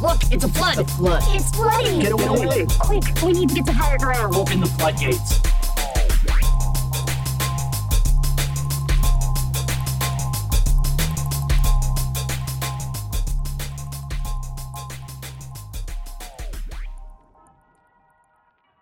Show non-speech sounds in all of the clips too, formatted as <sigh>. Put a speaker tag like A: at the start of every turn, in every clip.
A: Look, it's a flood.
B: It's a flood.
C: It's flooding.
B: Get away.
C: Quick, we need to get to higher ground.
A: Open the floodgates.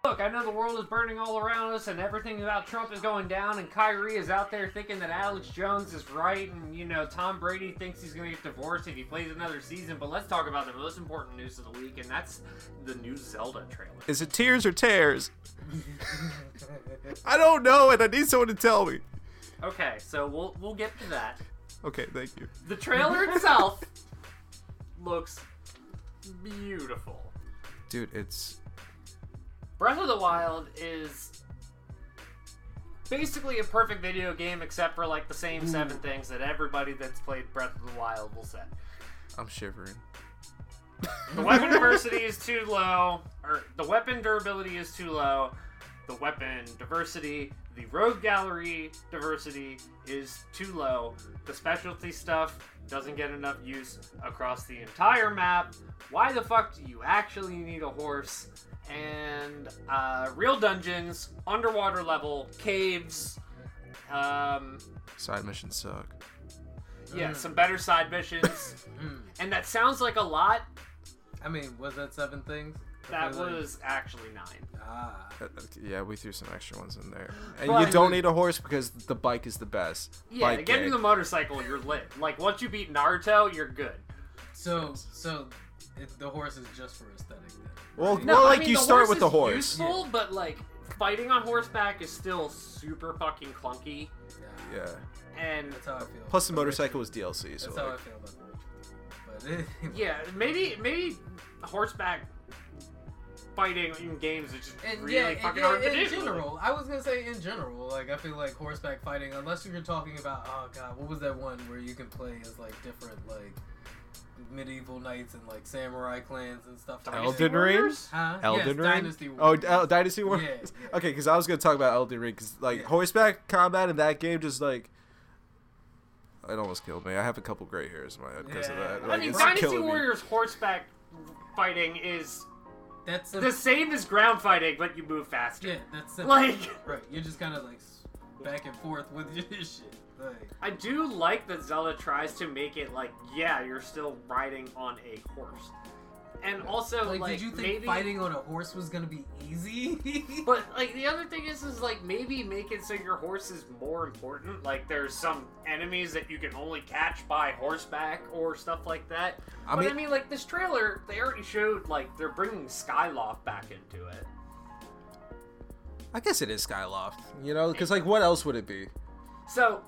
D: Look, I know the world is burning all around us, and everything about Trump is going down, and Kyrie is out there thinking that Alex Jones is right, and you know Tom Brady thinks he's going to get divorced if he plays another season. But let's talk about the most important news of the week, and that's the new Zelda trailer.
E: Is it tears or tears? I don't know, and I need someone to tell me.
D: Okay, so we'll we'll get to that.
E: Okay, thank you.
D: The trailer itself looks beautiful.
E: Dude, it's
D: Breath of the Wild is basically a perfect video game except for like the same seven things that everybody that's played Breath of the Wild will say.
E: I'm shivering.
D: The weapon diversity is too low, or the weapon durability is too low. The weapon diversity, the rogue gallery diversity is too low. The specialty stuff doesn't get enough use across the entire map. Why the fuck do you actually need a horse? And uh, real dungeons, underwater level, caves. Um,
E: Side missions suck.
D: yeah, some better side missions. and that sounds like a lot.
F: I mean, was that seven things?
D: That
F: Okay, like-
D: was actually nine.
F: Ah.
E: Uh, uh, Yeah, we threw some extra ones in there. And
D: But-
E: you don't need a horse because the bike is the best.
D: Yeah,
E: bike
D: get into
E: gang.
D: the motorcycle, you're lit. Like once you beat Naruto, you're good.
F: So, so it, the horse is just for aesthetic. Then.
E: Well,
F: Right?
E: well, like you
D: the
E: start with the
D: is
E: horse.
D: Useful, but like fighting on horseback is still super fucking clunky.
F: Nah,
E: Yeah.
D: And
F: that's how I feel.
E: Plus the motorcycle was DLC, so
F: That's how I
E: like,
F: feel about the horse. But <laughs> it,
D: yeah, maybe maybe horseback fighting in games is just
F: And
D: really
F: yeah, and
D: fucking
F: yeah,
D: hard to
F: in
D: do.
F: general, I was gonna say in general, like I feel like horseback fighting, unless you're talking about oh god, what was that one where you can play as like different like medieval knights and like samurai clans and stuff. Like
E: Elden
F: that.
E: Ring?
D: Warriors?
F: Huh?
E: Elden
F: yes,
E: Ring.
F: Dynasty
E: oh,
F: Warriors.
E: D- oh, Dynasty War.
F: Yeah, yeah.
E: <laughs> Okay, because I was gonna talk about Elden Ring, because like
F: Yeah.
E: horseback combat in that game just like it almost killed me. I have a couple gray hairs in my head because
F: Yeah.
E: of that.
F: I
E: Like,
D: I mean,
E: it's
D: Dynasty
E: killing me.
D: Warriors horseback fighting is
F: That's a,
D: the same as ground fighting, but you move faster.
F: yeah, that's it.
D: Like.
F: right. You're just kind of like s- back and forth with <laughs> your shit. Like
D: I do like that Zelda tries to make it like, yeah, you're still riding on a horse. And also, like,
F: Like, did you think
D: maybe,
F: fighting on a horse was gonna be easy? <laughs>
D: But like, the other thing is, is like maybe make it so your horse is more important. Like, there's some enemies that you can only catch by horseback or stuff like that.
E: I
D: but I
E: mean-
D: mean, like this trailer, they already showed like they're bringing Skyloft back into it.
E: I guess it is Skyloft, you know, because like what else would it be?
D: So.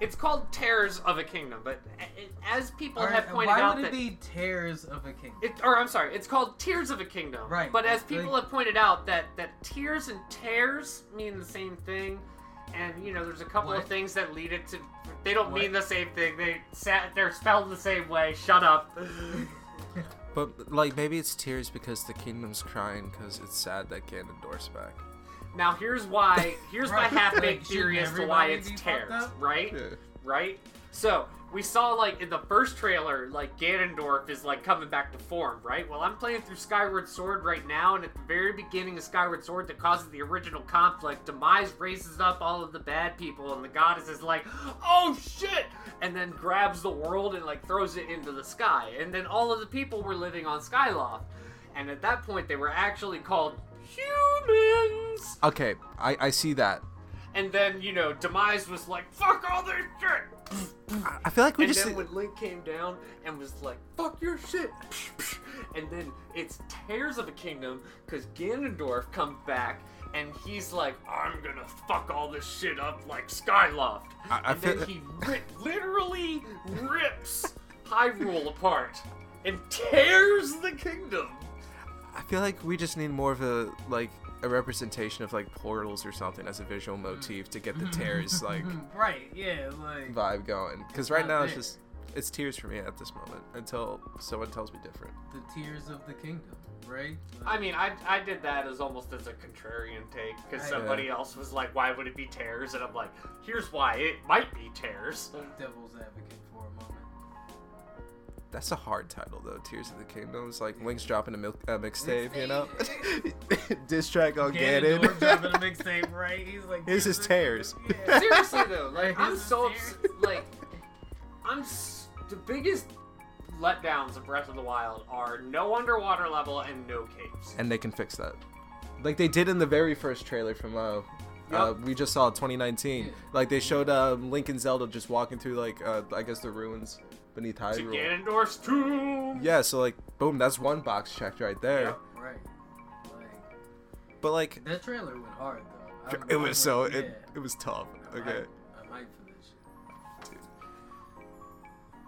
D: It's called Terrors of a Kingdom, but a- as people
F: Alright,
D: have
F: and
D: pointed
F: why
D: out,
F: would
D: that
F: it be tears of a kingdom?
D: It, or I'm sorry, it's called Tears of a Kingdom.
F: Right,
D: But as
F: it's
D: people
F: like-
D: have pointed out, that that tears and tears mean the same thing, and you know, there's a couple of
F: What?
D: things that lead it to. They don't
F: What?
D: mean the same thing. They sat. They're spelled the same way. Shut up. <laughs>
E: But like maybe it's tears because the kingdom's crying because it's sad that Ganondorf's back.
D: now here's why. Here's
F: Right,
D: my half-baked
F: like,
D: theory
F: shouldn't
D: as to why
F: everybody
D: it's
F: be fucked
D: tears.
F: up?
D: Right.
E: Yeah.
D: Right. So we saw like in the first trailer, like Ganondorf is like coming back to form. Right. Well, I'm playing through Skyward Sword right now, and at the very beginning of Skyward Sword, that causes the original conflict, Demise raises up all of the bad people, and the goddess is like, "Oh shit!" and then grabs the world and like throws it into the sky, and then all of the people were living on Skyloft, and at that point they were actually called humans.
E: Okay, I I see that.
D: And then, you know, Demise was like, fuck all this shit!
E: I, I feel like we
D: And
E: just
D: then when Link came down and was like, fuck your shit! <laughs> And then it's Tears of a Kingdom because Ganondorf comes back and he's like, I'm gonna fuck all this shit up like Skyloft.
E: I- I
D: and then
E: feel-
D: he ri- literally rips Hyrule apart and tears the kingdom.
E: I feel like we just need more of a like a representation of like portals or something as a visual
D: Hmm.
E: motif to <laughs> get the tears like
F: right. Yeah. Like.
E: vibe going. Because right
F: Not
E: now it's
F: there.
E: just it's tears for me at this moment until someone tells me different.
F: the tears of the kingdom, right?
D: I mean, I, I did that as almost as a contrarian take because
F: I-
D: somebody else was like, "Why would it be tears?" and I'm like, "Here's why. It might be tears."
F: devil's advocate for a moment.
E: That's a hard title though. Tears of the Kingdom is like Wings dropping a milk uh, mixtape, you know. <laughs> Diss track on Ganon.
F: Ganondorf dropping
D: <laughs>
F: a mixtape, right? He's like,
E: Here's his tears.
F: Yeah.
D: Seriously though, like I'm
F: Is it
D: so
F: serious?
D: obs- like I'm s- the biggest letdowns of Breath of the Wild are no underwater level and no caves.
E: and they can fix that. Like they did in the very first trailer from uh, uh
D: Yep.
E: we just saw 2019. Like they showed um, Link and Zelda just walking through like uh, I guess the ruins beneath
D: To
E: Hyrule.
D: Ganondorf's tomb.
E: Yeah, so like boom, that's one box checked right there.
D: Yep.
F: Right. Like,
E: But like
F: that trailer went hard though. I'm-
E: it
F: I'm
E: was so
F: like,
E: it,
F: yeah,
E: it was tough.
F: I'm
E: Okay.
F: hyped. I'm hyped for this shit.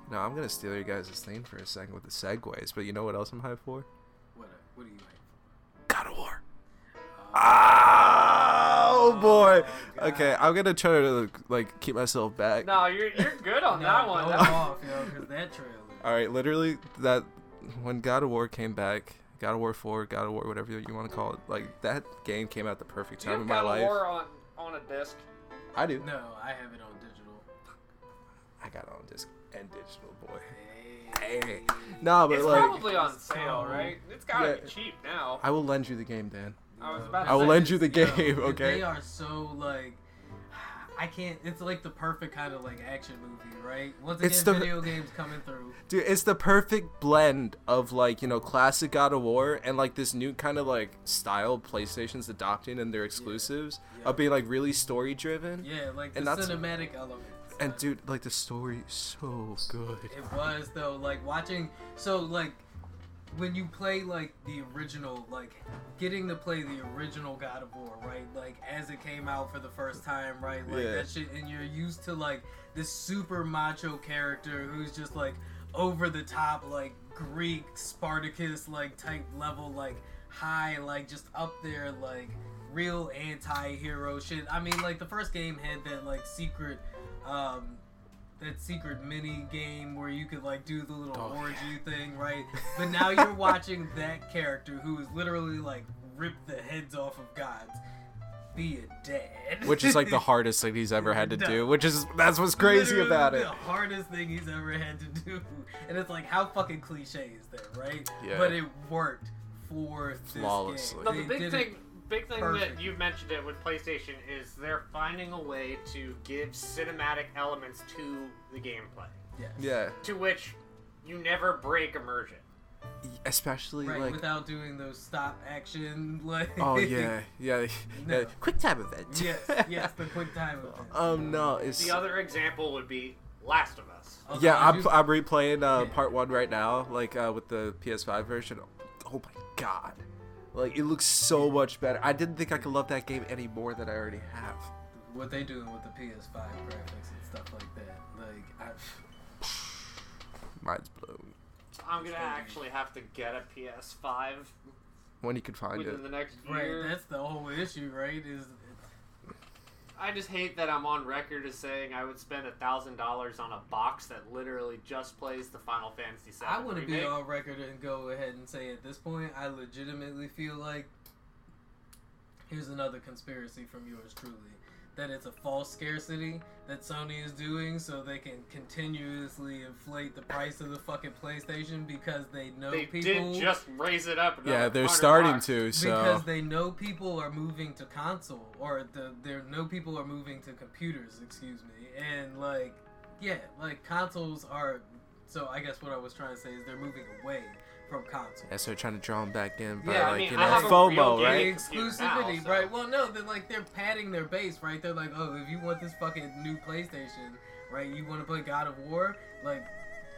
E: No, I'm gonna steal your guys' thing for a second with the segues, but you know what else I'm hyped for?
F: What? What are you hyped
E: God of War. Oh boy.
F: God.
E: Okay, I'm gonna try to like keep myself
D: <laughs>
E: back.
D: No, you're you're good on
F: for?
D: that one.
F: Go
D: That-
F: off, yo, because that trailer.
E: All right, literally that when God of War came back, God of War 4, God of War whatever you want to call it, like that game came out at the perfect
D: Do you
E: time in
D: have
E: my
D: God of
E: life.
D: War on on a disc?
E: I do.
F: No, I have it on digital.
E: I got it on disc and digital, boy.
F: Hey.
E: Hey. No, but
D: It's
E: like
D: probably on sale,
F: Oh.
D: right? It's gotta
E: Yeah.
D: be cheap now.
E: I will lend you the game, Dan.
D: I was
F: Yo,
D: about to
E: I will
D: say,
E: lend you the
F: yo,
E: game,
F: 'cause
E: okay?
F: um, They are so like. I can't. It's like the perfect kind of like action movie, right? Once again,
E: It's the-
F: video games coming through.
E: Dude, it's the perfect blend of like, you know, classic God of War and like this new kind of like style PlayStation's adopting and their exclusives
F: Yeah.
E: of being like really story driven.
F: Yeah, like the
E: And that's-
F: cinematic elements.
E: And dude, like the story is so good.
F: It was though, like watching. So like, when you play like the original, like getting to play the original God of War, right? Like as it came out for the first time, right? Like
E: Yeah.
F: that shit, and you're used to like this super macho character who's just like over the top, like Greek Spartacus, like type level, like high, like just up there, like real anti-hero shit. I mean, like the first game had that like secret. um that secret mini game where you could like do the little
E: Oh,
F: orgy thing, right? But now you're watching that character who is literally like rip the heads off of gods. Be a dad.
E: which is like
F: <laughs>
E: the hardest thing he's ever had to
F: No.
E: do. Which is that's what's crazy
F: Literally
E: about it.
F: The hardest thing he's ever had to do, and it's like how fucking cliche is that, right?
E: Yeah.
F: But it worked for this
E: Flawlessly.
F: Game.
D: No,
F: They
D: the
F: did
D: big
F: it
D: thing, big thing
F: perfect.
D: that you mentioned it with PlayStation is they're finding a way to give cinematic elements to the gameplay,
F: yes.
E: Yeah,
D: to which you never break immersion.
E: especially
F: Right,
E: like
F: without doing those stop action <laughs> like.
D: <laughs>
E: oh yeah, yeah,
F: No.
E: yeah. quick time event.
F: yes,
E: <laughs>
F: yes, the quick time event.
E: um no, it's
D: The other example would be Last of Us.
F: Okay,
E: yeah.
F: I
E: I'm,
F: do-
E: I'm replaying uh,
F: Yeah.
E: part one right now, like uh, with the PS5 version. Oh my god, like it looks so much better. I didn't think I could love that game any more than I already have.
F: what they doing with the PS5 graphics and stuff like that. Like, I, <laughs>
E: Mind's blown.
D: I'm gonna actually have to get a PS5
E: When you could find
D: within
E: it.
D: the next year.
F: right, that's the whole issue, right? Is
D: I just hate that I'm on record as saying I would spend a thousand dollars on a box that literally just plays the Final Fantasy VII
F: I want to be
D: remake.
F: on record and go ahead and say at this point, I legitimately feel like here's another conspiracy from yours truly that it's a false scarcity that Sony is doing so they can continuously inflate the price of the fucking PlayStation because they know
D: They
F: people
D: did just raise it up.
E: Yeah,
D: another
E: they're
D: 100
E: starting
D: bucks.
E: to. So
F: because they know people are moving to console or the there no people are moving to computers excuse me and like yeah like consoles are so i guess what i was trying to say is they're moving away from console
E: And so trying to draw him back in by
D: Yeah, I
E: like
D: mean,
E: you
D: I
E: know
D: have a real
E: FOMO,
D: game.
E: right?
F: the
D: computer now,
F: exclusivity
D: so-
F: right well no they're like they're padding their base right they're like oh if you want this fucking new playstation right you want to play god of war like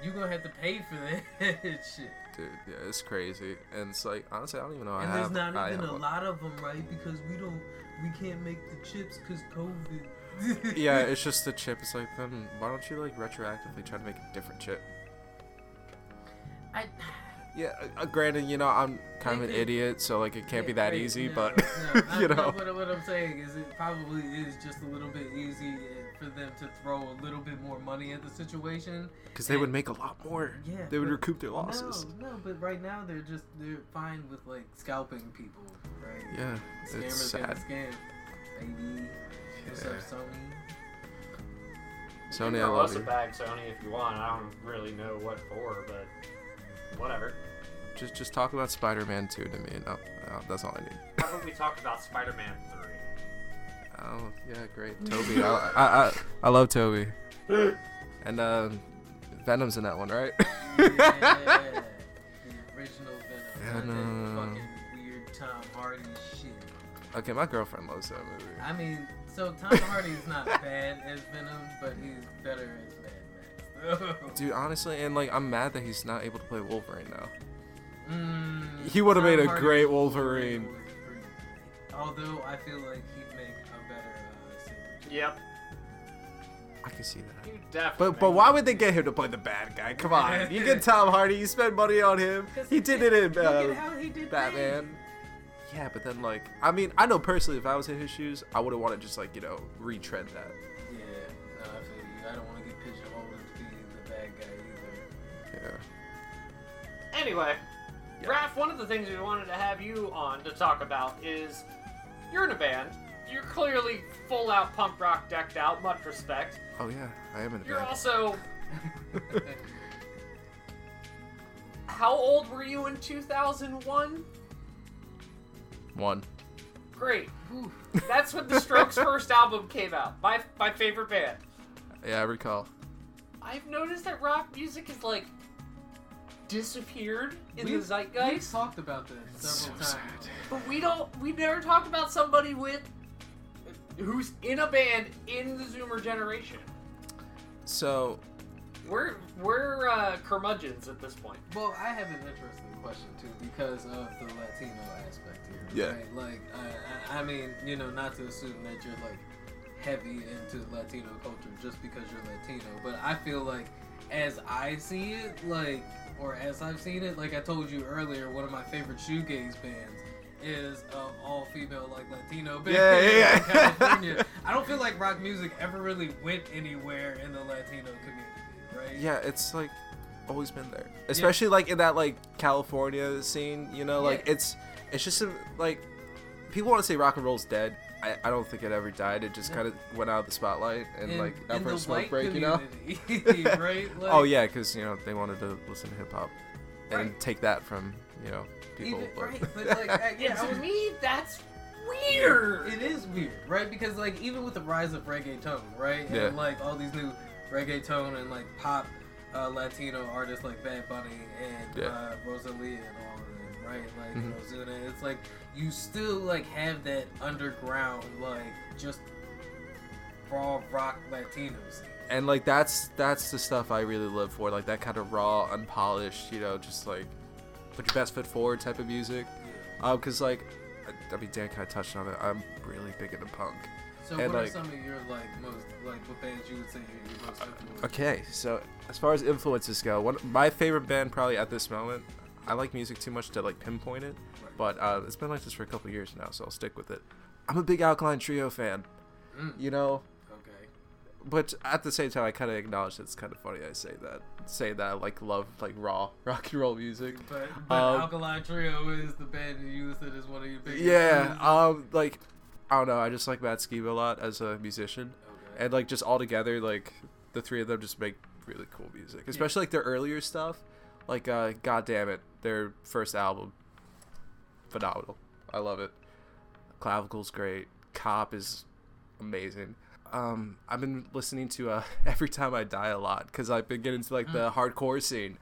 F: you're gonna have to pay for <laughs> that shit
E: Dude, yeah, it's crazy, and it's like honestly, I don't even know.
F: And
E: I
F: there's
E: have,
F: not
E: I
F: even
E: have
F: a lot of them, right? Because we don't, we can't make the chips because
E: <laughs>
F: COVID.
E: Yeah, it's just the chip. It's like, then why don't you like retroactively try to make a different chip?
F: I,
E: Yeah, uh, granted, you know, I'm kind of an
F: They- they-
E: idiot, so like it can't be that
F: wait,
E: easy,
F: no,
E: but <laughs>
F: no, I-
E: you
F: no,
E: know,
F: what, what I'm saying is it probably is just a little bit easy for them to throw a little bit more money at the situation.
E: because they would make a lot more.
F: Yeah,
E: they would
F: but-
E: recoup their losses.
F: No, no, but right now they're just they're fine with like scalping people, right?
E: Yeah,
F: Scammers
E: it's
F: getting
E: sad.
F: scammed, baby. What's up,
E: Yeah.
F: Sony?
E: Sony,
D: you
E: I
D: can throw
E: love
D: us a
E: you.
D: bag, Sony, if you want. I don't really know what for, but whatever.
E: Just just talk about Spider-Man 2 to me. and I'll- I'll- that's all I need.
D: How about we talk about Spider-Man
E: Oh yeah,
F: <laughs>
E: great. Toby, I, I I I love Toby. And um, Venom's in that one, right?
F: Yeah, the original Venom.
E: Venom.
F: Not that fucking weird Tom Hardy shit.
E: okay, my girlfriend loves that movie.
F: I mean, so Tom Hardy is
E: <laughs>
F: not bad as Venom, but he's better as Mad Max. <laughs>
E: Dude, honestly, and like I'm mad that he's not able to play Wolverine now.
F: Mm,
E: He would've
F: Tom
E: made a
F: Hardy's
E: great Wolverine.
F: was pretty- Although I feel like he'd make a better uh, Saber.
D: 3? Yep.
E: I can see that.
D: You definitely.
E: But but why would they get him to play the bad guy? Come on, you <laughs> get Tom Hardy. You spend money on him.
F: 'Cause
E: He did it in
F: look at
E: uh,
F: how he did
E: Batman. Yeah, but then like I mean I know personally if I was in his shoes I would have wanted to just like you know retread that.
F: things. Yeah, no, I feel you. I don't want to get pigeonholed into being the bad guy either.
E: Yeah.
D: Anyway,
E: Yeah.
D: Raph, one of the things we wanted to have you on to talk about is you're in a band. You're clearly full out punk rock decked out, much respect.
E: Oh yeah, I am in a
D: You're
E: band.
D: also. <laughs> How old were you in 2001?
E: One.
D: Great. That's when the Strokes' first album came out. My, my favorite band.
E: Yeah, I recall.
D: I've noticed that rock music is like disappeared in the
F: We've- We've
D: zeitgeist,
F: talked about this several
E: So
F: times.
D: but we don't. We never talk about somebody with who's in a band in the Zoomer generation.
E: So
D: We're we're uh, curmudgeons at this point.
F: Well, I have an interesting question too because of the Latino aspect here.
E: Yeah.
F: Right? Like, I, I, I mean, you know, not to assume that you're like heavy into Latino culture just because you're Latino, but I feel like as I see it, like, or as I've seen it, like I told you earlier, one of my favorite shoegaze bands is of all female like Latino bands
E: Yeah, yeah, yeah.
F: in <laughs> California. I don't feel like rock music ever really went anywhere in the Latino community, right?
E: yeah, it's like always been there, especially like in that like California scene. You know, like
F: Yeah.
E: it's it's just a, like people want to say rock and roll's dead. I, I don't think it ever died. It just
F: No.
E: kind of went out of the spotlight and
F: in-
E: like out
F: in
E: for
F: the
E: a smoke
F: white
E: break. You know.
F: community, <laughs>
E: <laughs>
F: right? Like,
E: oh yeah, because you know they wanted to listen to hip hop and
F: Right.
E: take that from you know people.
F: Even,
E: but-
F: right, but like,
E: <laughs>
F: uh,
D: And
F: yeah, I
D: to <laughs>
F: was,
D: me, that's weird.
F: it is weird, right? Because like, even with the rise of reggaeton, right,
E: Yeah.
F: and like all these new reggaeton and like pop uh, Latino artists like Bad Bunny and
E: Yeah.
F: uh, Rosalia and all of them, right? Like
E: Mhm.
F: Ozuna, it's like you still like have that underground, like just raw rock Latinos.
E: and like that's that's the stuff I really live for, like that kind of raw, unpolished, you know, just like put your best foot forward type of music. Um, cause like, I, I mean, Dan kind of touched on it. I'm really big into punk.
F: So,
E: And,
F: what are
E: like-
F: some of your like most like what bands you would say you're your most influenced?
E: Okay, so as far as influences go, one my favorite band probably at this moment. I like music too much to like pinpoint it, but uh, it's been like this for a couple years now, so I'll stick with it. I'm a big Alkaline Trio fan,
F: Mm.
E: you know,
F: Okay.
E: but at the same time, I kind of acknowledge that it's kind of funny I say that, say that I like love like raw <laughs> rock and roll music.
F: But, but
E: Um,
F: Alkaline Trio is the band that you listed as one of your biggest.
E: Yeah, um, like I don't know. I just like Matt Skiba a lot as a musician,
F: Okay.
E: and like just all together, like the three of them just make really cool music, especially like their earlier stuff. Like, uh, God damn it, their first album, phenomenal. I love it. Clavicle's great. Cop is amazing. Um, I've been listening to uh, <laughs> Every Time I Die a lot because I've been getting into like the hardcore scene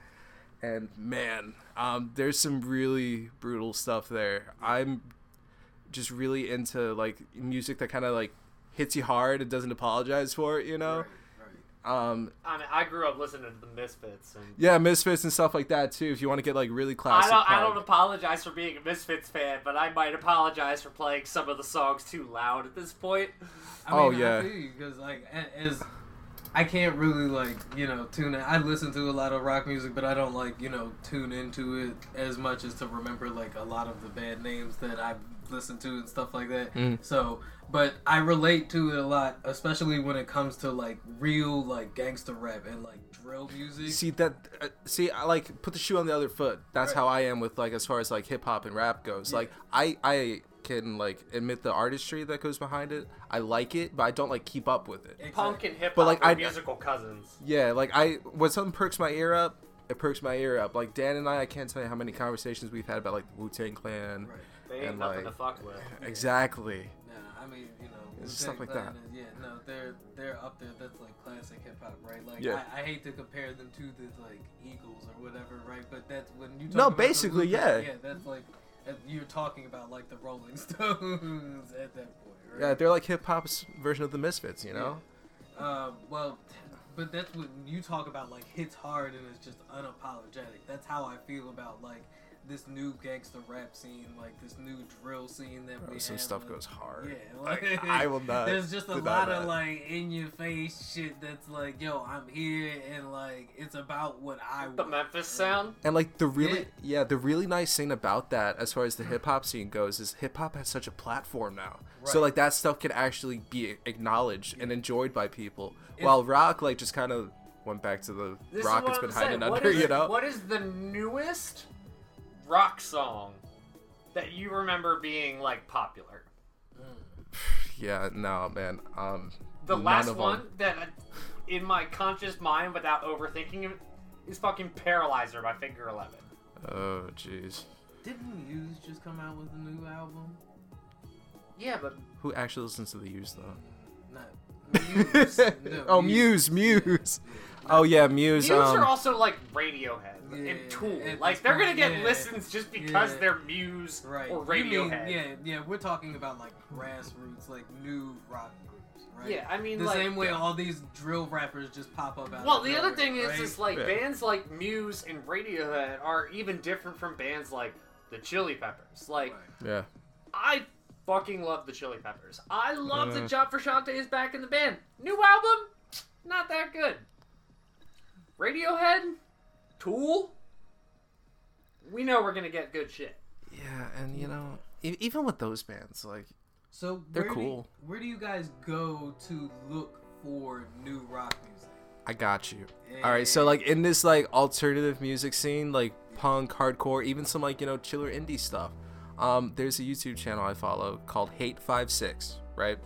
E: and man, um, there's some really brutal stuff there. I'm just really into like music that kind of like hits you hard and doesn't apologize for it, you know. Um,
D: I mean, I grew up listening to the Misfits, and
E: yeah, Misfits and stuff like that too. If you want to get like really
D: I
E: classic,
D: don't, I don't
E: punk.
D: apologize for being a Misfits fan, but I might apologize for playing some of the songs too loud at this point.
F: I
E: Oh,
F: mean,
E: yeah.
F: I feel you because like a- as I can't really like you know tune in. I listen to a lot of rock music, but I don't like you know tune into it as much as to remember like a lot of the band names that I've listened to and stuff like that.
E: Mm.
F: So, but I relate to it a lot, especially when it comes to like real like gangster rap and like drill music.
E: see that uh, see i like put the shoe on the other foot that's
F: Right.
E: how i am with like as far as like hip-hop and rap goes
F: Yeah.
E: like i i can like admit the artistry that goes behind it. I like it, but I don't like keep up with it.
D: Punk and hip
E: But,
D: hop
E: like,
D: are
E: I-
D: musical cousins.
E: Yeah, like I when something perks my ear up, it perks my ear up. Like Dan and I, I can't tell you how many conversations we've had about like Wu Tang Clan.
F: Right.
D: They ain't
E: And,
D: nothing to
E: like-
D: fuck with.
E: Exactly.
F: Nah, I mean, you know,
E: It's
F: Wu-Tang
E: stuff like
F: Clan
E: that.
F: is- yeah, no, they're they're up there. That's like classic hip hop, right? Like,
E: Yeah.
F: I, I hate to compare them to the like Eagles or whatever, right? But that's when you talk
E: No,
F: about the
E: basically,
F: Wu-Tang-
E: yeah.
F: yeah. That's like that- you're talking about like the Rolling <laughs> Stones at that point, right?
E: Yeah, uh, they're like hip hop's version of the Misfits, you know?
F: Uh, well, but that's when you talk about like hits hard and it's just unapologetic. That's how I feel about like this new gangster rap scene, like this new drill scene that
E: Bro,
F: we
E: Oh, some
F: have,
E: stuff
F: like-
E: goes <laughs> hard.
F: Yeah,
E: Like,
F: like,
E: I will not.
F: There's just a
E: deny
F: lot
E: that.
F: of like in your face shit that's like, yo, I'm here and like it's about what I
D: The
F: want.
D: Memphis sound?
E: And like the really
F: Yeah.
E: yeah. the really nice thing about that as far as the hip hop scene goes is hip hop has such a platform now. So
F: Right.
E: like that stuff can actually be acknowledged and enjoyed by people.
F: It's-
E: While rock like just kind of went back to the
D: This
E: rock
D: is
E: it's
D: what
E: been
D: I'm
E: hiding
D: saying.
E: under,
D: What is-
E: you know.
D: What is the newest rock song that you remember being like popular?
E: Yeah, no, man. Um
D: The
E: none
D: last
E: of 'em.
D: one that I- in my conscious mind without overthinking it is fucking Paralyzer by Finger 11.
E: Oh jeez.
F: Uh, Didn't Muse just come out with a new album?
D: Yeah, but
E: Who actually listens to the Muse though? <laughs>
F: Not Muse. No,
E: oh, Muse, Muse. Oh yeah, Muse.
D: Muse
E: um,
D: are also like Radiohead
F: Yeah,
D: and Tool.
F: at
D: Like
F: this
D: they're
F: point,
D: gonna get
F: yeah.
D: listens just because
F: Yeah.
D: they're Muse
F: Right.
D: or
F: You mean-
D: Radiohead.
F: yeah, yeah, we're talking about like grassroots, like new rock groups, right?
D: Yeah, I mean
F: the
D: like
F: same way all these drill rappers just pop up out.
D: Well,
F: of
D: the other
F: nowhere,
D: thing is,
F: right?
D: is like
E: Yeah.
D: bands like Muse and Radiohead are even different from bands like the Chili Peppers. Like
F: Right.
E: yeah.
D: I fucking love the Chili Peppers. I love
E: Yeah.
D: that John Frusciante is back in the band. New album, not that good. Radiohead, Tool. We know we're gonna get good shit.
E: Yeah, and you know, e- even with those bands, like
F: So
E: They're
F: where
E: cool.
F: Do, where do you guys go to look for new rock music?
E: I got you. All right, so like in this like alternative music scene, like punk, hardcore, even some like you know chiller indie stuff. Um, there's a YouTube channel I follow called Hate Five Six, right?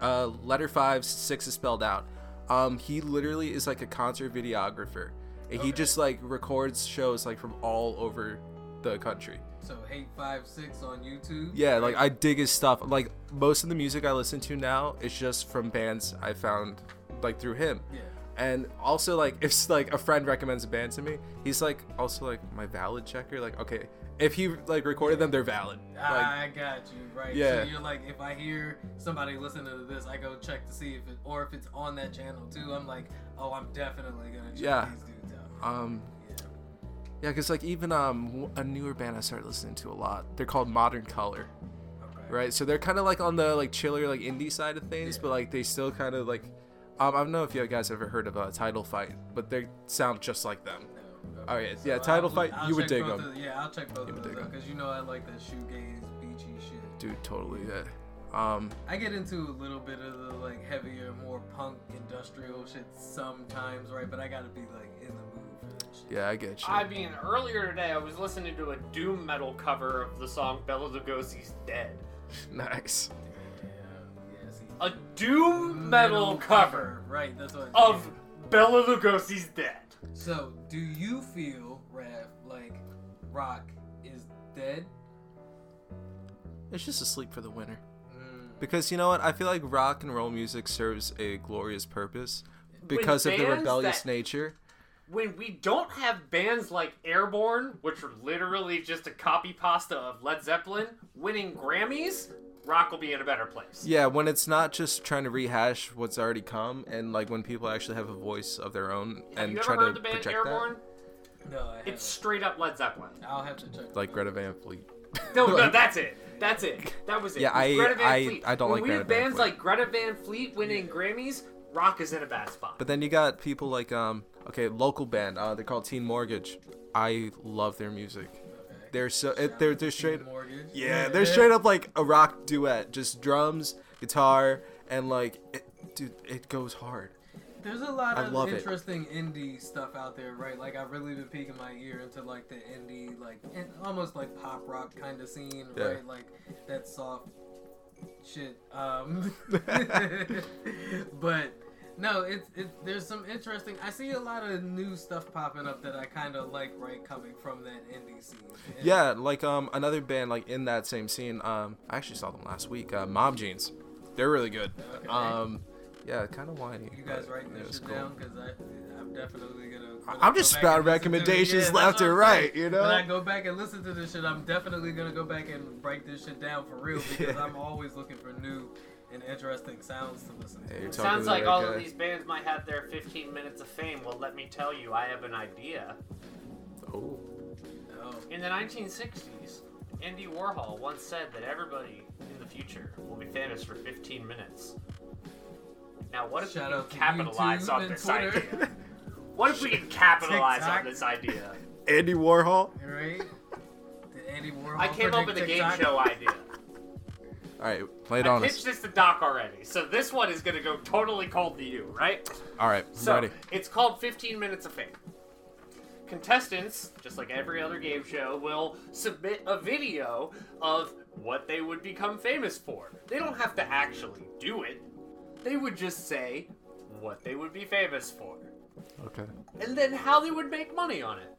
E: Uh, letter five, six is spelled out. Um, he literally is like a concert videographer, and he just like records shows like from all over the country.
F: So eight five six on YouTube.
E: Yeah, like I dig his stuff. Like most of the music I listen to now is just from bands I found like through him.
F: Yeah.
E: And also like <laughs> if like a friend recommends a band to me, he's like also like my valid checker. Like okay, if he like recorded them, they're valid. Like,
F: I got you right.
E: Yeah.
F: So you're like, if I hear somebody listening to this, I go check to see if it, or if it's on that channel too. I'm like, oh, I'm definitely gonna check
E: Yeah.
F: these dudes out.
E: um,
F: Yeah.
E: yeah, because like even um w- a newer band I started listening to a lot. They're called Modern Color,
F: Okay.
E: right? So they're kind of like on the like chiller like indie side of things,
F: Yeah.
E: but like they still kind of like. Um, I don't know if you guys ever heard of a title fight, but they sound just like them.
F: No,
E: All right, yeah,
F: I'll
E: Title
F: just-
E: Fight,
F: I'll
E: you would
F: check
E: dig
F: both
E: 'em.
F: of- Yeah, I'll check both
E: You
F: of
E: would
F: those
E: dig 'em.
F: because you know I like that shoegaze beachy shit.
E: Dude, totally. Yeah. Um,
F: I get into a little bit of the like heavier, more punk industrial shit sometimes, right? But I gotta be like in the mood for that shit.
E: yeah, I get you.
D: I mean, earlier today I was listening to a doom metal cover of the song Bella Lugosi's Dead.
E: <laughs> nice.
F: Yeah, yeah. See,
D: A doom metal, cover
F: right? That's what.
D: of Bella Lugosi's Dead.
F: So, do you feel, Raph, like rock is dead?
E: It's just a sleep for the winter.
F: Mm.
E: Because you know what? I feel like rock and roll music serves a glorious purpose because of the
D: bands
E: rebellious
D: that-
E: nature.
D: When we don't have bands like Airborne, which are literally just a copy pasta of Led Zeppelin, winning Grammys, rock will be in a better place.
E: Yeah, when it's not just trying to rehash what's already come and like when people actually have a voice of their own
D: have
E: and
D: you
E: try
D: ever heard
E: to
D: the band
E: project
D: Airborne?
F: No, I haven't.
D: It's straight up Led Zeppelin.
F: I'll have to check.
E: that. Like Greta Van Fleet.
D: No, no,
E: Like-
D: that's it. That's it. That was it.
E: Yeah,
D: It was
E: I-
D: Greta Van
E: I-
D: Fleet.
E: I don't
D: when
E: like
D: we
E: Greta
D: have
E: Van
D: bands
E: Fleet.
D: like Greta Van Fleet winning Grammys. Rock is in a bad spot.
E: But then you got people like um okay, local band, uh they're called Teen Mortgage. I love their music. They're so it, they're they're straight
F: Mortgage.
E: Yeah, they're straight up like a rock duet, just drums, guitar, and like, it, dude, it goes hard.
F: there's a lot
E: I
F: of
E: love it.
F: interesting indie stuff out there, right? Like I've really been peeking my ear into like the indie, like in, almost like pop rock kind of scene,
E: Yeah.
F: right? Like that soft shit. Um, <laughs> but no, it's it, there's some interesting. I see a lot of new stuff popping up that I kind of like, right? Coming from that indie scene. And
E: Yeah, like um another band like in that same scene. Um, I actually saw them last week. Uh, Mob Jeans, they're really good.
F: Okay.
E: Um, yeah, kind of whiny.
F: You guys
E: but
F: writing
E: it
F: this
E: was
F: shit
E: cool.
F: down? Because I'm definitely gonna. when I
E: I'm
F: go
E: just spouting
F: back and listen to it-
E: recommendations left
F: yeah, that's what
E: and
F: I'm
E: right,
F: saying.
E: you know?
F: When I go back and listen to this shit, I'm definitely gonna go back and write this shit down for
E: <laughs>
F: real because I'm always looking for new and interesting sounds to listen to.
E: Hey, you're talking
D: Sounds
E: to the
D: like
E: right
D: all
E: guy.
D: of these bands might have their 15 minutes of fame. Well, let me tell you, I have an idea.
E: Oh,
F: Oh,
D: In the 1960s, Andy Warhol once said that everybody in the future will be famous for 15 minutes. Now, what if
F: Shout
D: we
F: out to
D: can capitalize
F: YouTube
D: on
F: and
D: this
F: Twitter.
D: <laughs> idea? What if we can capitalize
F: TikTok.
D: on this idea?
E: Andy Warhol.
F: right? The Andy Warhol.
D: I came up
F: Project
D: with a game
F: TikTok.
D: show idea.
E: All right, play it
D: I
E: on
D: pitched
E: us.
D: this to Doc already, so this one is gonna go totally cold to you, right?
E: All right, I'm
D: So
E: ready.
D: it's called 15 Minutes of Fame. Contestants, just like every other game show, will submit a video of what they would become famous for. They don't have to actually do it, they would just say what they would be famous for
E: Okay.
D: and then how they would make money on it.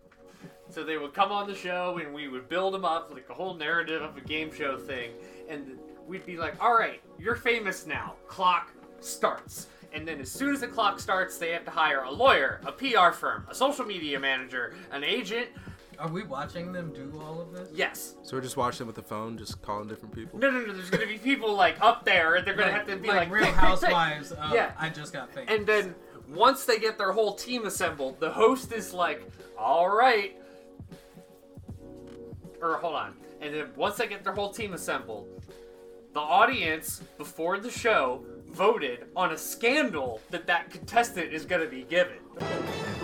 D: So they would come on the show and we would build them up like a whole narrative of a game show thing, and we'd be like, "All right, you're famous now. Clock starts." And then as soon as the clock starts, they have to hire a lawyer, a PR firm, a social media manager, an agent.
F: Are we watching them do all of this?
D: Yes.
E: So we're just watching with the phone, just calling different people.
D: No, no, no. There's gonna be people like up there, and they're gonna have to be like, <laughs>
F: Real
D: "Tick, tick, tick."
F: Housewives. Of,
D: Yeah.
F: I just got famous.
D: And then once they get their whole team assembled, the host is like, "All right," or hold on. And then once they get their whole team assembled, the audience before the show voted on a scandal that that contestant is going to be given.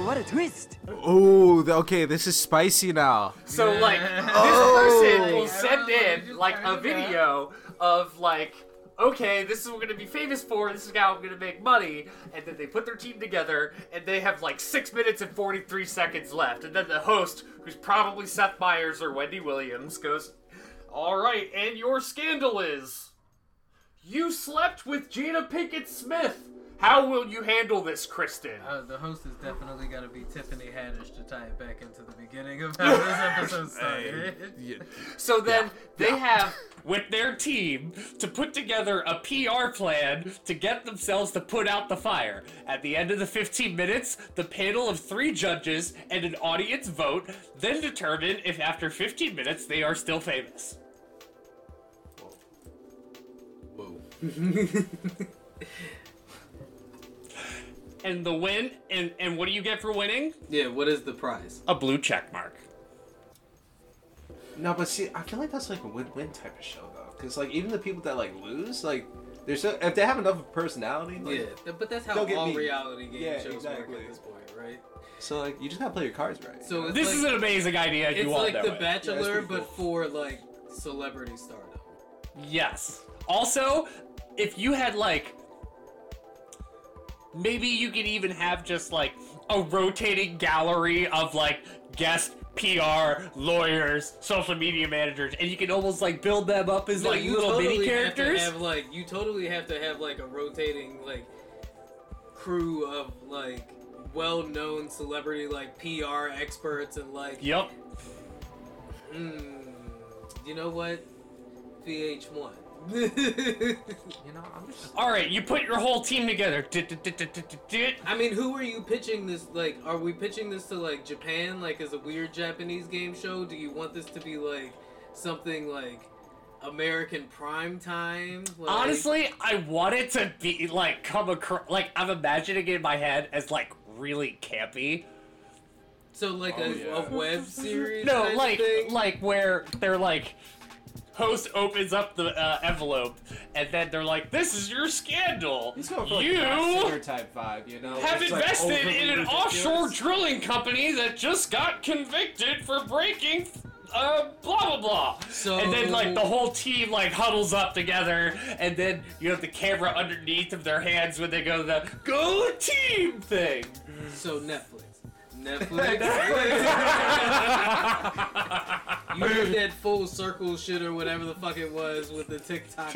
B: What a twist!
E: Oh, okay, this is spicy now.
D: So like
F: <laughs> Yeah.
D: this
E: Oh.
D: person will
F: Like,
D: send
F: everyone would
D: in
F: just
D: like
F: turn
D: a
F: it
D: video of like okay this is what we're gonna be famous for this is how I'm gonna make money and then they put their team together and they have like six minutes and 43 seconds left and then the host who's probably Seth Meyers or Wendy Williams goes all right and your scandal is you slept with Gina Pickett Smith how will you handle this Kristen
F: Uh, the host has definitely got to be Tiffany Haddish to tie it back into the beginning of
E: <laughs>
F: how this episode started.
E: Yeah.
D: So then they have <laughs> with their team to put together a PR plan to get themselves to put out the fire. At the end of the 15 minutes, the panel of three judges and an audience vote then determine if after 15 minutes they are still famous.
E: Whoa.
D: And the win and and what do you get for winning?
F: yeah, what is the prize?
D: A blue check mark.
E: No, but see, I feel like that's like a win-win type of show though, because like even the people that like lose, like they're so if they have enough of personality, like,
F: Yeah, th- but that's how
E: Don't get
F: all
E: me.
F: reality game
E: Yeah,
F: shows work
E: exactly.
F: at this point, right?
E: So like you just gotta play your cards right.
F: So it's
D: This
F: like,
D: is an amazing idea. if
F: it's
D: you all
F: like
D: know
F: The
D: it.
F: Bachelor,
E: pretty
F: but
E: cool.
F: for like celebrity stardom.
D: Yes. Also, if you had like maybe you could even have just like a rotating gallery of like guest PR, lawyers, social media managers, and you can almost like build them up as like
F: you
D: little
F: totally
D: mini
F: Have to
D: characters.
F: have like you totally have to have like a rotating like crew of like well-known celebrity like PR experts and like
D: Yep.
F: Mm, you know what? <laughs> VH1.
E: you know, I'm just
D: All right, you put your whole team together. Dit, dit, dit, dit, dit, dit, dit.
F: I mean, who are you pitching this? Like, are we pitching this to like Japan, like as a weird Japanese game show? Do you want this to be like something like American prime time? Like,
D: Honestly, I want it to be like come across like I'm imagining it in my head as like really campy.
F: so like
E: Oh,
F: a,
E: yeah.
F: a web series?
D: No,
F: type
D: like
F: thing?
D: like where they're like host opens up the uh, envelope and then they're like this is your scandal.
E: he's going for like
D: you
E: a singer type vibe, you know.
D: have
E: It's, like,
D: invested in
E: overly
D: an
E: ridiculous.
D: offshore drilling company that just got convicted for breaking uh, blah blah blah.
F: So-
D: and then like the whole team like huddles up together, and then you have the camera underneath of their hands when they go the go team
E: <laughs>
D: thing. <laughs>
F: So Netflix. Netflix. you did that full circle shit or whatever the fuck it was with the TikTok.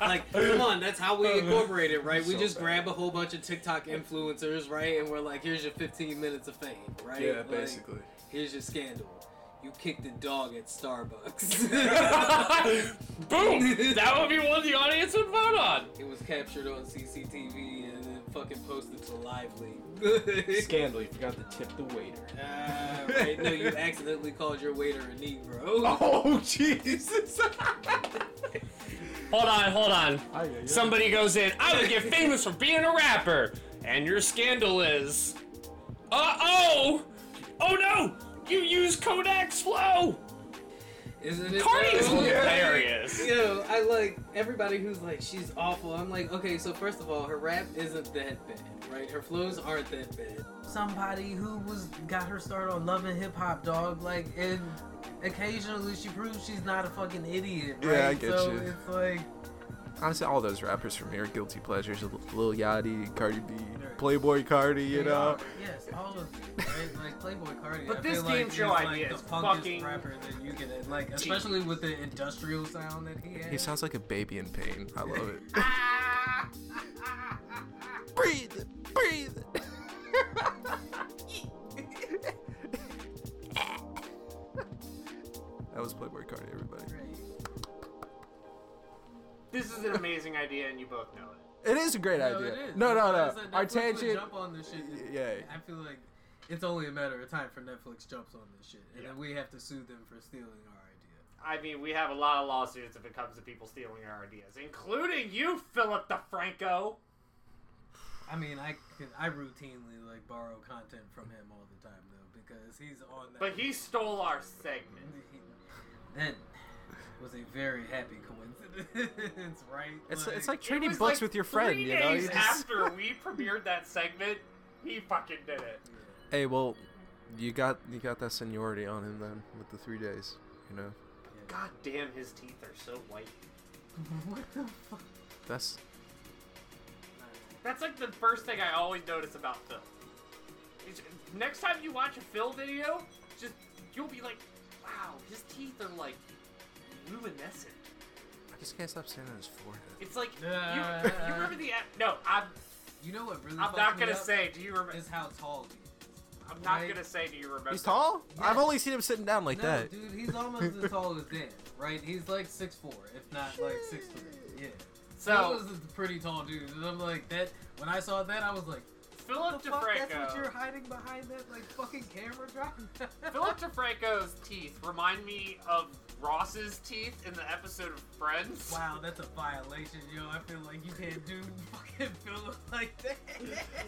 F: Like,
E: <laughs>
F: come on, that's how we incorporate it, right? We
E: So
F: just
E: bad.
F: grab a whole bunch of TikTok influencers, right? And we're like, here's your 15 minutes of fame, right?
E: Yeah,
F: Like,
E: basically.
F: Here's your scandal. You kicked a dog at
E: <laughs>
F: Starbucks.
D: <laughs> Boom! That would be one the audience would vote on.
F: it was captured on CCTV and then fucking posted to <laughs> Lively.
G: Scandal, you forgot to tip the waiter.
F: Ah, right. No, you accidentally called your waiter a Negro.
G: Oh, Jesus!
D: Hold on, hold on.
G: Ay, ay, ay.
D: Somebody goes in. I would get famous for being a rapper, and your scandal is. Uh oh! Oh no! You use Kodak's flow.
F: Isn't it?
D: Cardi is
F: though?
D: hilarious.
F: Yo, I like everybody who's like, she's awful. I'm like, okay, so first of all, her rap isn't that bad, right? Her flows aren't that bad. Somebody who was got her start on loving hip hop, dog. Like, and occasionally she proves she's not a fucking idiot.
E: Yeah, I right? get So you.
F: it's like,
E: <laughs> Honestly, all those rappers from here, guilty pleasures, Lil Yachty, Cardi B, Playboy Cardi, you know.
F: Yes, all of it, right? Like Playboy Cardi.
D: But
F: I
D: this
F: feel like
D: game show
F: is, like,
D: idea
F: the
D: is
F: punkest
D: fucking
F: rapper that you can, like, especially with the industrial sound that he has.
E: He sounds like a baby in pain. I love it. breathe, breathe. that was Playboy Cardi, everybody.
D: This is an amazing idea, and you both know it.
E: It is a great idea. No, no, no. Our tangent.
F: Jump on this shit. is-
E: Yeah.
F: I feel like it's only a matter of time for Netflix jumps on this shit, and then we have to sue them for stealing our
D: I mean, we have a lot of lawsuits if it comes to people stealing our ideas, including you, Philip DeFranco.
F: idea. I mean, I can, I routinely like borrow content from him all the time though because he's on that.
D: But
F: <laughs>
D: he stole our segment.
F: that was a very happy coincidence, <laughs> right?
E: It's, it's like
D: It
E: trading
D: was
E: books
D: like
E: with your friend,
D: three
E: you know?
D: days
E: You just-
D: after we premiered that segment, he fucking did it.
E: Hey, well, you got you got that seniority on him then with the three days, you know.
D: God damn, his teeth are so white.
F: what the fuck?
E: That's
D: That's like the first thing I always notice about Phil. Is- next time you watch a Phil video, just you'll be like, wow, his teeth are like luminescent.
E: I just can't stop staring at his forehead.
D: It's like you, you remember the a- no. I'm
F: You know what really?
D: I'm
F: fucks
D: not
F: me
D: gonna
F: up
D: say. Do you remember?
F: is how tall he is.
D: I'm not
F: right?
D: gonna say. Do you remember?
E: He's tall. I've
F: Yeah.
E: only seen him sitting down like
F: No,
E: that.
F: dude, he's almost as tall as Dan, right? He's like six four, if not like six three. Yeah. he
D: So
F: was a pretty tall dude, and I'm like that. When I saw that, I was like,
D: Philip
F: "What the fuck? That's what you're
D: DeFranco.
F: hiding behind that like fucking camera drop."
D: Philip DeFranco's teeth remind me of Ross's teeth in the episode of Friends.
F: <laughs> wow, that's a violation, yo. I feel like you can't do fucking Philip like that.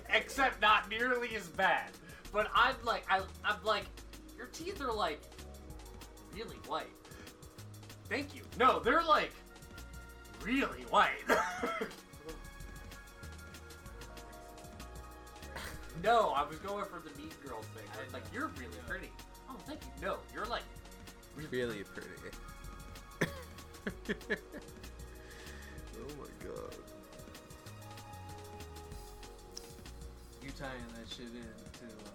D: except not nearly as bad. But I'm like, I, I'm like, your teeth are like really white. Thank you. No, they're like really white. <laughs> no, I was going for the mean girl thing. I was like, you're really pretty. Oh, thank you. No, you're like,
E: Really pretty. <laughs> oh my god.
F: you tying that shit in to uh,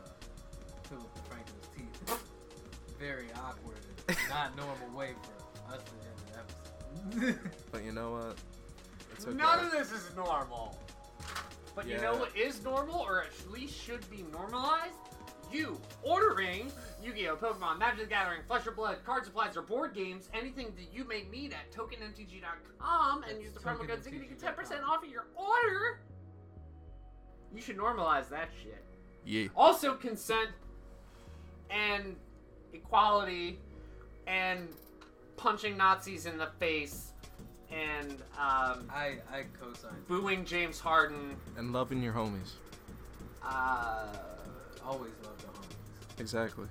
F: Philip DeFranco's teeth. Very awkward, and not normal way for us to end the episode. <laughs>
E: But you know what? It's okay.
D: none of this is normal. But you know
E: Yeah.
D: what is normal, or at least should be normalized? You ordering Yu-Gi-Oh, Pokemon, Magic the Gathering, Flesh or Blood, card supplies, or board games, anything that you may need at TokenMTG.com, and use the promo code Ziggy to get 10% off of your order. You should normalize that shit.
E: Yeah.
D: Also, consent and equality and punching Nazis in the face and um,
F: I I co-sign.
D: booing James Harden.
E: And loving your homies.
D: Uh,
F: Always love the
E: Exactly.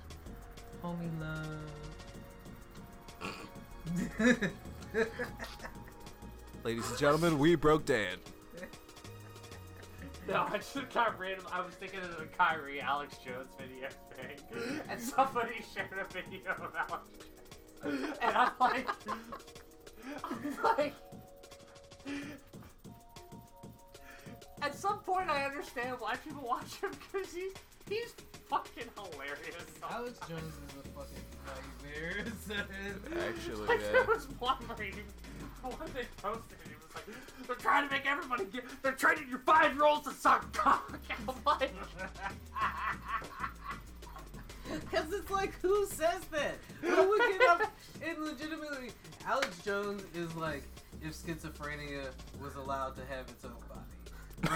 F: homies. Homie <laughs> love.
E: Ladies and gentlemen, we broke Dan.
D: No, I just got random. I was thinking of the Kyrie Alex Jones video thing, <laughs> and somebody shared a video of Alex Jones, and I'm like, I'm like. At some point, I understand why people watch him because he's he's fucking hilarious.
F: Alex Jones is a fucking nightmare. <laughs>
E: Actually,
D: <laughs> Like there
E: yeah.
D: was one where <laughs> he, one they posted, and he was like, "They're trying to make everybody get. They're training you five year olds to suck cock." <laughs> I'm like,
F: Because it's like, who says that? Who would get up and legitimately? Alex Jones is like if schizophrenia was allowed to have its own body,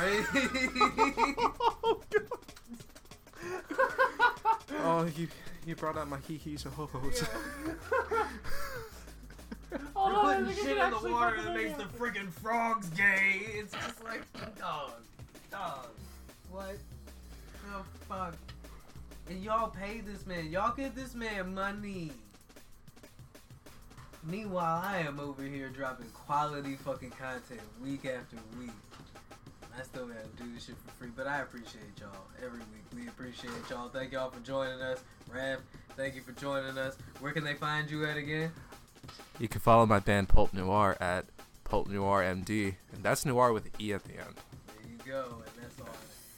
F: <laughs> right?
E: oh god. <laughs> oh, you you brought out my hee hees and ho hos.
D: "Hold on, I
F: Putting
D: think I
F: shit
D: can
F: in the
D: actually
F: water
D: put it
F: that makes
D: in
F: the
D: here.
F: freaking frogs gay. It's just like, dog, dog, what? Oh fuck! And y'all pay this man. Y'all give this man money. Meanwhile, I am over here dropping quality fucking content week after week. I still gotta do this shit for free, but I appreciate y'all every week. We appreciate y'all. Thank y'all for joining us. Raph, thank you for joining us. Where can they find you at again?
E: <laughs> You can follow my band Pulp Noir at Pulp Noir MD, and that's Noir with e at the end.
F: There you go, and that's on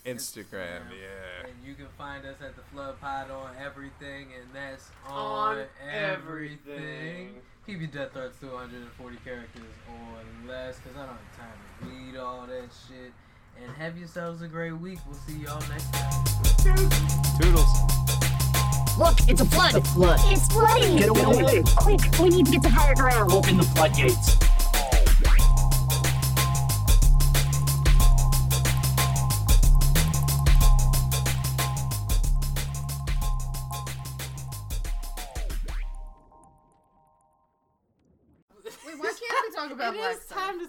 E: Instagram, yeah.
F: And you can find us at the Flood Pod on everything, and that's on,
D: On
F: everything.
D: everything.
F: Keep your death threats to 140 characters or less, because I don't have time to read all that shit. And have yourselves a great week. We'll see y'all next time.
E: Toodles.
A: Look, it's a flood. flood.
C: It's flooding!
A: Get away.
C: Quick, we need to get to higher ground.
A: Open the floodgates.
H: Wait, why can't we talk about
I: It
H: Black
I: is
H: Sun?
I: time to